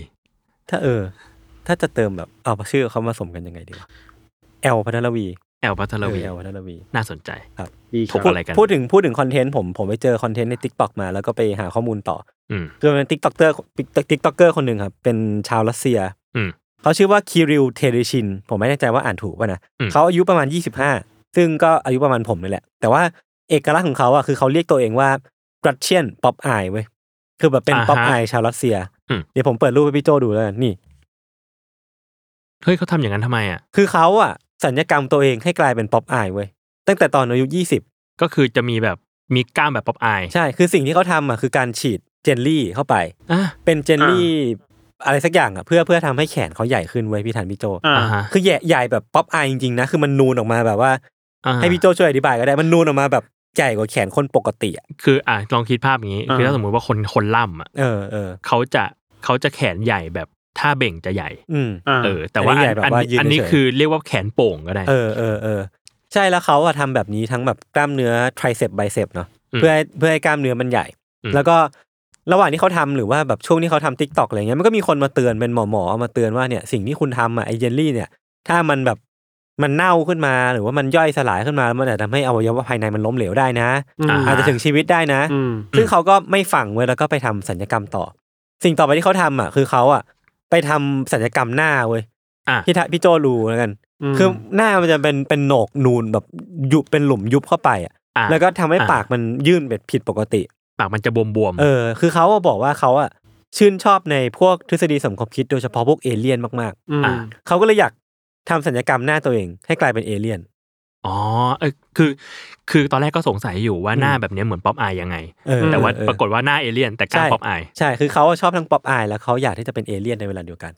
Speaker 3: ถ้าเออ ถ้าจะเติมแบบเอาชื่อเขามาสมกันยังไงดีวะแอลพัทรวี
Speaker 5: แอลพัทรวี
Speaker 3: แอลพัทรวี
Speaker 5: น่าสนใจ
Speaker 4: ดีค
Speaker 5: ผม
Speaker 4: รับ
Speaker 5: พูดอะไรกัน
Speaker 3: พูดถึงพูดถึงคอนเทนต์ผมผมไปเจอคอนเทนต์ในทิกตอกมาแล้วก็ไปหาข้อมูลต่อ
Speaker 5: อืม
Speaker 3: คือเป็นติ๊กต็อกเตอร์ติ๊กต็อกเกอร์คนหนึ่งครับ เป็นชาวรัสเซีย
Speaker 5: อืม
Speaker 3: เขาชื่อว่าคิริลเทเรชิน ผมไม่แน่ใจว่าอ่านถูกป่ะนะ
Speaker 5: อืม
Speaker 3: เขาอายุประมาณ 25 ซึ่งก็อายุประมาณผมนี่แหละ แต่ว่าเอกลักษณ์ของเขาอ่ะคือเขาเรียกตัวเองว่ากรัชเชียนป๊อปอายเว้ยคือแบบเป็น
Speaker 5: อ่าฮะ
Speaker 3: ป๊อปอายชาวรัสเซีย
Speaker 5: อืม
Speaker 3: เดี๋ยวผมเปิดรูปให้พี่โจดูแล้วกันนี่
Speaker 5: เฮ้ยเขาทำอย่างนั้นทำไมอ่ะ
Speaker 3: คือเขาอ่ะ สัญญกรรมตัวเองให้กลายเป็นป๊อปอายเว้ยตั้งแต่ตอนอายุยี่สิบ
Speaker 5: ก็คือจะมีแบบมีกล้ามแบบป๊อปอาย
Speaker 3: ใช่คือสิ่งที่เขาทำอ่ะคือการฉีดเจลลี่เข้าไป
Speaker 5: อ่ะ
Speaker 3: เป็นเจลลี่อะไรสักอย่างอ่ะเพื่อเพื่อทำให้แขนเขาใหญ่ขึ้นเว้ยพี่ทันพี่โจ
Speaker 4: อ่า
Speaker 5: อ่าฮะ
Speaker 3: คือใหญ่ใหญ่แบบป๊อปอายจริงๆนะคือมันนูนออกมาแบบว่า
Speaker 5: อ่า
Speaker 3: ให้พี่โจช่วยอธิบายก็ได้มันนูนออกมาแบบใหญ่กว่าแขนคนปกติอ่ะ
Speaker 5: คืออ่ะลองคิดภาพอย่างนี้
Speaker 4: อ่า
Speaker 5: คือถ้าสมมติว่าคนคนล่ำอ่ะ
Speaker 3: เออเออ
Speaker 5: เขาจะเขาจะแขนใหญ่แบบถ้าเบ่งจะใหญ่
Speaker 3: อืม
Speaker 4: อ่า
Speaker 5: เออ แต่ว่า
Speaker 3: อันนี้ใหญ่แบบ
Speaker 5: อัน
Speaker 3: ว่ายืน
Speaker 5: อันนี้
Speaker 3: เฉยๆ
Speaker 5: คือเรียกว่าแขนโป่งก็ได้
Speaker 3: เออเออเออใช่แล้วเขาอะทำแบบนี้ทั้งแบบกล้ามเนื้อไทรเซปไบเซปเนาะ
Speaker 5: อืม
Speaker 3: เพื่อให้เพื่อให้กล้ามเนื้อมันใหญ่
Speaker 5: อืม
Speaker 3: แล้วก็ระหว่างที่เขาทำหรือว่าแบบช่วงที่เขาทำทิกตอกอะไรเงี้ยมันก็มีคนมาเตือนเป็นหมอหมอๆมาเตือนว่าเนี่ยสิ่งที่คุณทำอะไอเยลลี่เนี่ย ถ้ามันแบบมันเน่าขึ้นมาหรือว่ามันย่อยสลายขึ้นมาแล้วมันอาจจะทำให้อวัยวะภายในมันล้มเหลวได้นะ
Speaker 4: ม
Speaker 5: อ่า
Speaker 3: อาจจะถึงชีวิตได้นะ
Speaker 4: อืม
Speaker 3: ซึ่งเขาก็ไม่ฝังเว้ยแล้วก็ไปทำสัญญกรรมต่อ สิ่งต่อไปที่เขาทำอ่ะ คือเขาอ่ะ ไปทำสัญญกรรมหน้าเว้ย
Speaker 5: อ่ะ
Speaker 3: พี่ทะพี่โจรู้แล้วกัน
Speaker 4: อืม
Speaker 3: คือหน้ามันจะเป็นเป็นโหนกนูนแบบยุบเป็นหลุมยุบเข้าไปอ่ะ
Speaker 5: อ่ะ
Speaker 3: แล้วก็ทำให้
Speaker 5: อ่ะ
Speaker 3: ปากมันยื่นแบบผิดปกติ
Speaker 5: ปากมันจะบวมๆ
Speaker 3: เออ คือเขาอะบอกว่าเขาอ่ะชื่นชอบในพวกทฤษฎีสมคบคิดโดยเฉพาะพวกเอเลี่ยนมาก
Speaker 4: อืม
Speaker 3: ๆเขาก็เลยอยากทำสัญญกรรมหน้าตัวเอง ให้กลายเป็นเอเลี่ยน
Speaker 5: อ๋อเออคือ คือตอนแรกก็สงสัยอยู่ว่า
Speaker 3: อืม
Speaker 5: หน้าแบบเนี้ยเหมือนป๊อปอายยังไง
Speaker 3: เออ
Speaker 5: แต่ว่า
Speaker 3: เออ
Speaker 5: ปรากฏว่าหน้าเอเลี่ยนแต่กล้าม
Speaker 3: ใช่
Speaker 5: ป๊อปอาย
Speaker 3: ใช่ คือเขาชอบทั้งป๊อปอายแล้วเขาอยากที่จะเป็นเอเลี่ยนในเวลาเดียวกัน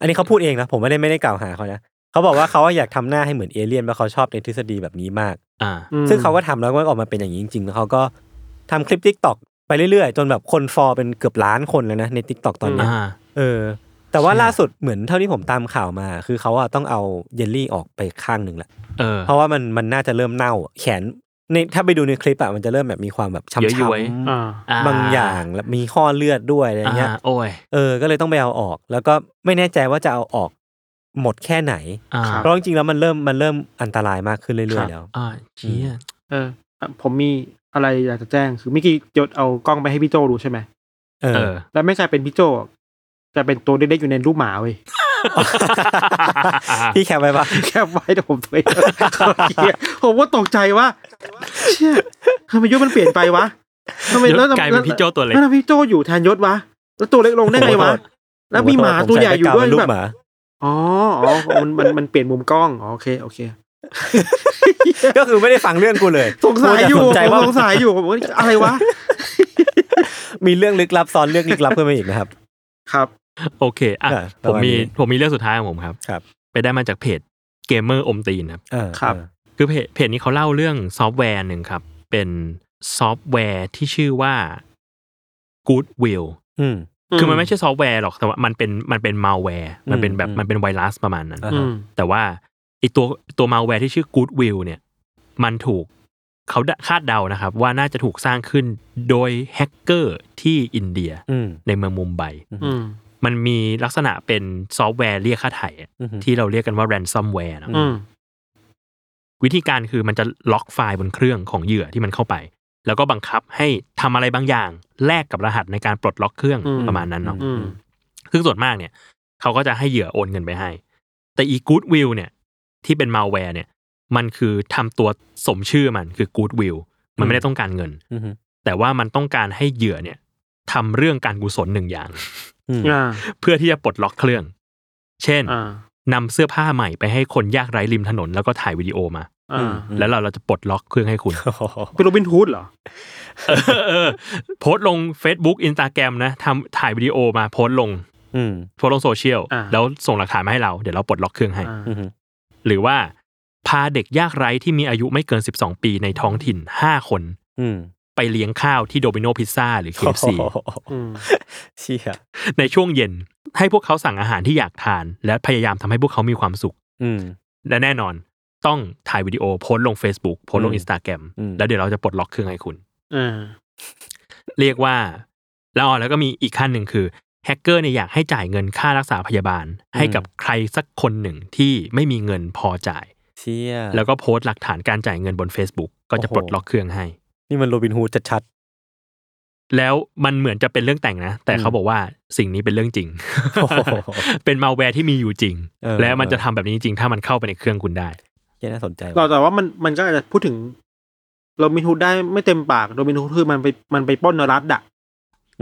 Speaker 3: อันนี้เขาพูดเองนะ ผมไม่ได้ไม่ได้กล่าวหาเขานะ เขาบอกว่าเขาอยากทำหน้าให้เหมือนเอเลี่ยนเพราะเขาชอบในทฤษฎีแบบนี้มาก
Speaker 5: อ่า
Speaker 4: อืม
Speaker 3: ซึ่งเขาก็ทำแล้วมันออกมาเป็นอย่างนี้จริงๆ แล้วเขาก็ทำคลิปทิกตอกไปเรื่อยๆ จนแบบคนฟอลเป็นเกือบล้านคนแล้วนะในทิกตอกตอนเนี้ย
Speaker 5: อ่า
Speaker 3: เออ แต่ว่า
Speaker 5: เชี่ย
Speaker 3: ล่าสุดเหมือนเท่าที่ผมตามข่าวมา คือเขาอะต้องเอาเยลลี่ออกไปข้างหนึ่งละ
Speaker 5: เออ
Speaker 3: เพราะว่ามันมันน่าจะเริ่มเน่าอะแขนในถ้าไปดูในคลิปอะมันจะเริ่มแบบมีความแบบช้
Speaker 5: เยอะย้วย
Speaker 3: ำ
Speaker 4: อ่า
Speaker 5: อ่
Speaker 3: ๆบางอย่างแล้วมีข้อเลือดด้วยอะไรเงี้ย
Speaker 5: าโอ้ย
Speaker 3: เออ ก็เลยต้องไปเอาออก แล้วก็ไม่แน่ใจว่าจะเอาออกหมดแค่ไหน
Speaker 5: อ่า
Speaker 4: ครับ
Speaker 3: เพราะจริงๆแล้วมันเริ่มมันเริ่มอันตรายมากขึ้นเรื่อยๆแล้ว
Speaker 5: อ่าเชี่ย
Speaker 4: เอออ่ะผมมีอะไรอยากจะแจ้ง คือเมื่อกี้ยศเอากล้องไปให้พี่โจดูใช่ไหม
Speaker 3: เอ
Speaker 5: เอ
Speaker 3: อ
Speaker 5: อ
Speaker 4: แล้วไม่กลายเป็นพี่โจกลายเป็นตัวเล็กๆอยู่ในรูปหมาเว้ย
Speaker 3: พี่แคปไว้ปะ
Speaker 4: แคบไว้แต่ผมตัวเองเหี้ย *laughs* ผมว่าตกใจว่าเชี่ยทำไมยศมันเปลี่ยนไปวะทำไมแล้ว
Speaker 5: ยศกลายเป็นพี่โจ้ตัวเล็ก
Speaker 4: แล้วทำไมพี่โจอยู่แทนยศวะ แล้วตัวเล็กลงได้ไง
Speaker 3: ผมขอโทษ
Speaker 4: วะแล้วมีหมาตัวใหญ่อยู่ด้วย
Speaker 3: ผมใช้ปากกาเป็นรูปห
Speaker 4: แบบ
Speaker 3: มา
Speaker 4: อ๋ออ๋อมันมันมันเปลี่ยนมุมกล้องอ๋อโอเคโอเค
Speaker 3: ก็คือไม่ได้ฟังเรื่องกูเลย
Speaker 4: สงสัยอยู่
Speaker 3: กู
Speaker 4: ผม
Speaker 3: จะสนใจว่า
Speaker 4: สงสัยอยู่ผมว่าอะไรวะ
Speaker 3: มีเรื่องลึกลับซ้อนเรื่องลึกลับขึ้นมาอีกนะครับ
Speaker 4: ครับ
Speaker 5: โอเค อ่ะ
Speaker 3: อ่ะป
Speaker 5: ผ
Speaker 3: ระ
Speaker 5: ม
Speaker 3: มาณ
Speaker 5: มี
Speaker 3: นี้
Speaker 5: ผมมีเรื่องสุดท้ายของผมครับ
Speaker 3: ครับ
Speaker 5: ไปได้มาจากเพจเกมเมอร์อมตีนครับ
Speaker 3: เออ
Speaker 4: ครับ
Speaker 5: คือเพจเพจนี้เขาเล่าเรื่องซอฟต์แวร์หนึ่งครับ เป็นซอฟต์แวร์ที่ชื่อว่า Goodwill
Speaker 3: อืม
Speaker 5: คือมันไม่ใช่ซอฟต์แวร์หรอกแต่ว่ามันเป็นมันเป็นมาแวร์มันเป็นแบบ
Speaker 3: อืม
Speaker 5: มันเป็นไวรัสประมาณนั้น
Speaker 3: อ่า
Speaker 4: อื
Speaker 3: ฮะ
Speaker 4: ม
Speaker 5: แต่ว่าไอตัวตัวมาแวร์ที่ชื่อ Goodwill เนี่ย มันถูกเขาคาดเดานะครับ ว่าน่าจะถูกสร้างขึ้นโดยแฮกเกอร์ที่อินเดีย
Speaker 3: อืม
Speaker 5: ในเมืองมุมไบ
Speaker 4: อืม
Speaker 5: มันมีลักษณะเป็นซอฟต์แวร์เรียกค่าไถ่อะ
Speaker 3: อือฮึ
Speaker 5: ที่เราเรียกกันว่า ransomware เนอะ
Speaker 4: อืม
Speaker 5: วิธีการคือมันจะล็อกไฟล์บนเครื่องของเหยื่อที่มันเข้าไป แล้วก็บังคับให้ทำอะไรบางอย่างแลกกับรหัสในการปลดล็อกเครื่อง
Speaker 4: อืม
Speaker 5: ประมาณนั้นเนาะ
Speaker 4: อืม
Speaker 5: ซึ่งส่วนมากเนี่ยเขาก็จะให้เหยื่อโอนเงินไปให้ แต่อี Goodwill เนี่ยที่เป็น malware เนี่ยมันคือทำตัวสมชื่อมันคือ Goodwill มันไม่ได้ต้องการเงิน
Speaker 3: อืม
Speaker 5: แต่ว่ามันต้องการให้เหยื่อเนี่ยทำเรื่องการกุศลหนึ่ง *laughs* อย่าง
Speaker 3: อืม
Speaker 4: อ่า
Speaker 5: เพื่อที่จะปลดล็อกเครื่อง เช่น
Speaker 4: อ่าน
Speaker 5: ำเสื้อผ้าใหม่ไปให้คนยากไร้ริมถนนแล้วก็ถ่ายวิดีโอมา
Speaker 4: อ่า
Speaker 5: แล้วเราเราจะปลดล็อกเครื่องให้คุณ *laughs*
Speaker 3: โอ้โห
Speaker 4: เป็นโรบินฮูดเหรอ
Speaker 5: เออเออโพสต์ลง Facebook Instagram นะทำถ่ายวิดีโอมาโพสต์ลง
Speaker 3: อืม
Speaker 5: โพสต์ลงโซเชียล
Speaker 4: อ่า
Speaker 5: แล้วส่งหลักฐานมาให้เราเดี๋ยวเราปลดล็อกเครื่องให้
Speaker 4: อ่า
Speaker 3: อืม
Speaker 5: หรือว่าพาเด็กยากไร้ที่มีอายุไม่เกิน 12 ปีในท้องถิ่น 5 คน
Speaker 3: อืม
Speaker 5: ไปเลี้ยงข้าวที่โดมิโนพิซซ่าหรือ KFC
Speaker 3: โอ้โห
Speaker 4: อืม
Speaker 3: เชี่ย
Speaker 5: ในช่วงเย็น ให้พวกเขาสั่งอาหารที่อยากทาน และพยายามทำให้พวกเขามีความสุข
Speaker 3: อืม
Speaker 5: และแน่นอนต้องถ่ายวิดีโอโพสต์ลง Facebook โพสต์ลง
Speaker 3: อืม
Speaker 5: Instagram
Speaker 3: อืม
Speaker 5: แล้วเดี๋ยวเราจะปลดล็อกเครื่องให้คุณ
Speaker 4: อ่า
Speaker 5: เรียกว่า แล้วอ๋อแล้วก็มีอีกขั้นหนึ่งคือแฮกเกอร์เนี่ยอยากให้จ่ายเงินค่ารักษาพยาบาล ให้กับใครสักคนหนึ่งที่ไม่มีเงินพอจ่าย
Speaker 3: เชี่ย
Speaker 5: แล้วก็โพสต์หลักฐานการจ่ายเงินบน Facebook ก็จะ
Speaker 3: โอ้โห
Speaker 5: ปลดล็อกเครื่องให้
Speaker 3: นี่มันโรบินฮูดชัด
Speaker 5: แล้วมันเหมือนจะเป็นเรื่องแต่งนะ แต่
Speaker 3: อืม
Speaker 5: เขาบอกว่าสิ่งนี้เป็นเรื่อง
Speaker 4: *laughs*
Speaker 5: จริง
Speaker 3: โอ้โห
Speaker 5: เป็นมาแวร์ที่มีอยู่จริง
Speaker 3: เออ
Speaker 5: และมันจะทำแบบนี้จริงถ้ามันเข้าไปในเครื่องคุณได้
Speaker 3: ๆเชี่ยน่าสนใจ
Speaker 4: เรา
Speaker 3: ว่ะ
Speaker 4: แต่ว่ามันมันก็อาจจะพูดถึงโรบินฮูดได้ไม่เต็มปากโรบินฮูดคือมันไปมันไปปล้นรัฐอะ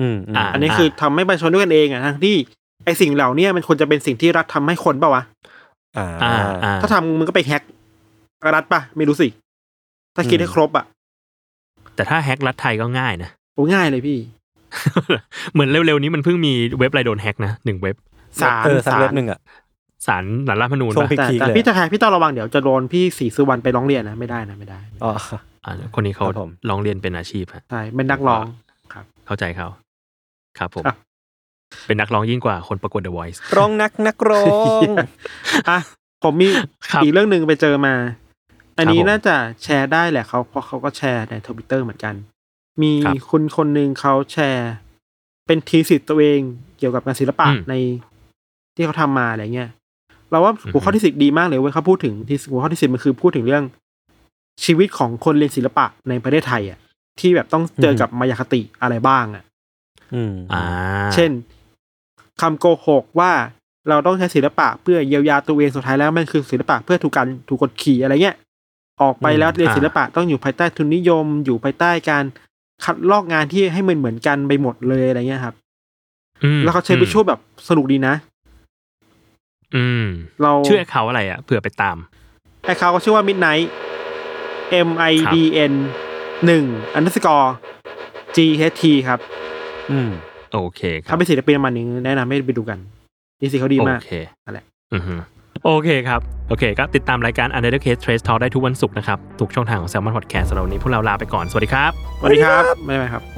Speaker 3: อืมอ่า
Speaker 5: อ่า
Speaker 4: อันนี้คือทำให้ประชาชนด้วยกันเองอะทั้งที่ไอสิ่งเหล่าเนี้มันควรจะเป็นสิ่งที่รัฐทำให้คนเปล่าวะ
Speaker 3: อ่า
Speaker 5: อ่าอ่า
Speaker 4: ถ้าทำมึงก็ไปแฮกรัฐปะไม่รู้สิ ถ้าคิดให้ครบอ่ะ
Speaker 5: แต่ถ้าแฮกรัฐไทยก็ง่ายนะ *laughs*
Speaker 4: โอ้ง่ายเลยพี่
Speaker 5: เหมือนเร็วๆนี้มันเพิ่งมีเว็บอะไรโดนแฮกนะหนึ่งเว็บ
Speaker 4: สาร
Speaker 3: เออสัก
Speaker 4: สา
Speaker 3: เว็
Speaker 4: ร
Speaker 3: บหนึ่งอ่ะ
Speaker 5: สารหลักรัฐธรรมนูญ
Speaker 3: ช่วง
Speaker 5: ปะ
Speaker 3: พิก
Speaker 4: แต่
Speaker 3: เลย
Speaker 4: แต่พี่ตะไคร้พี่ต้องระวังเดี๋ยวจะโดนพี่สีสุวรรณไปร้องเรียนนะไม่ได้นะไม่ได้
Speaker 3: อ๋อ
Speaker 5: อ่าคนนี้เขา
Speaker 3: ครับผม
Speaker 5: ลองเรียนเป็นอาชีพฮะ
Speaker 4: ใช่เป็นนักร้อง
Speaker 5: เข้าใจเขาครับผม
Speaker 4: ครับ
Speaker 5: เป็นนักร้องยิ่งกว่าคนประกวด The Voice
Speaker 3: ร้องนักนักร้อง
Speaker 4: อ่ะผมมี
Speaker 5: ครับ
Speaker 4: อีกเรื่องหนึ่งไปเจอมา อันนี้
Speaker 5: ครับผม
Speaker 4: น่าจะแชร์ได้แหละเขาเพราะเขาก็แชร์ในทวิตเตอร์เหมือนกัน มี
Speaker 5: ครับ
Speaker 4: คุณคนหนึ่งเขาแชร์ เป็นทีสิทธ์ตัวเองเกี่ยวกับงานศิลปะ
Speaker 5: อืม
Speaker 4: ในที่เขาทำมาอะไรเงี้ยเราว่า
Speaker 5: อือฮึ
Speaker 4: หัวข้อที่สิบดีมากเลยเว้ยเขาพูดถึงที่หัวข้อที่สิบมันคือพูดถึงเรื่อง ชีวิตของคนเรียนศิลปะในประเทศไทยอ่ะที่แบบต้องเจอกับมายาคติอะไรบ้างอ่ะ
Speaker 3: อืม
Speaker 5: อ่า
Speaker 4: เช่นคำโกหกว่าเราต้องใช้ศิลปะเพื่อเยียวยาตัวเองสุดท้ายแล้วมันคือศิลปะเพื่อถูกกันถูกกดขี่อะไรเงี้ย ออกไปแล้วเรียนศิลปะต้องอยู่ภายใต้ทุนนิยม อยู่ภายใต้การคัดลอกงานที่ให้มันเหมือนกันไปหมดเลยอะไรเงี้ยครับ
Speaker 5: อืม
Speaker 4: แล้วเขาใช้ไปช่วยแบบสนุกดีนะ
Speaker 5: อืม
Speaker 4: เรา
Speaker 5: ชื่อเขาอะไรอ่ะเผื่อไปตาม
Speaker 4: ไอ้เขาก็ชื่อว่า Midnight M I D N หนึ่งอันดับสกอร์ G H T ครับ
Speaker 3: อืม
Speaker 5: โอเคครั
Speaker 4: ถ้าเป็นศิลปินประมาณนึงแนะนำให้ไปดูกันนี่สิเขาดี
Speaker 5: โอ
Speaker 4: มาก
Speaker 5: เค
Speaker 4: นั่นแหละ
Speaker 5: อือฮึโอเคครับ โอเคก็ติดตามรายการ u n d e r t a Case Trace Talk ได้ทุกวันศุกร์นะครับ ทุกช่องทางของ Salmon Podcast สำหรับวันนี้พวกเราลาไปก่อน สวัสดีครับ
Speaker 4: สวัสดีครับไม่เป็นไรครับ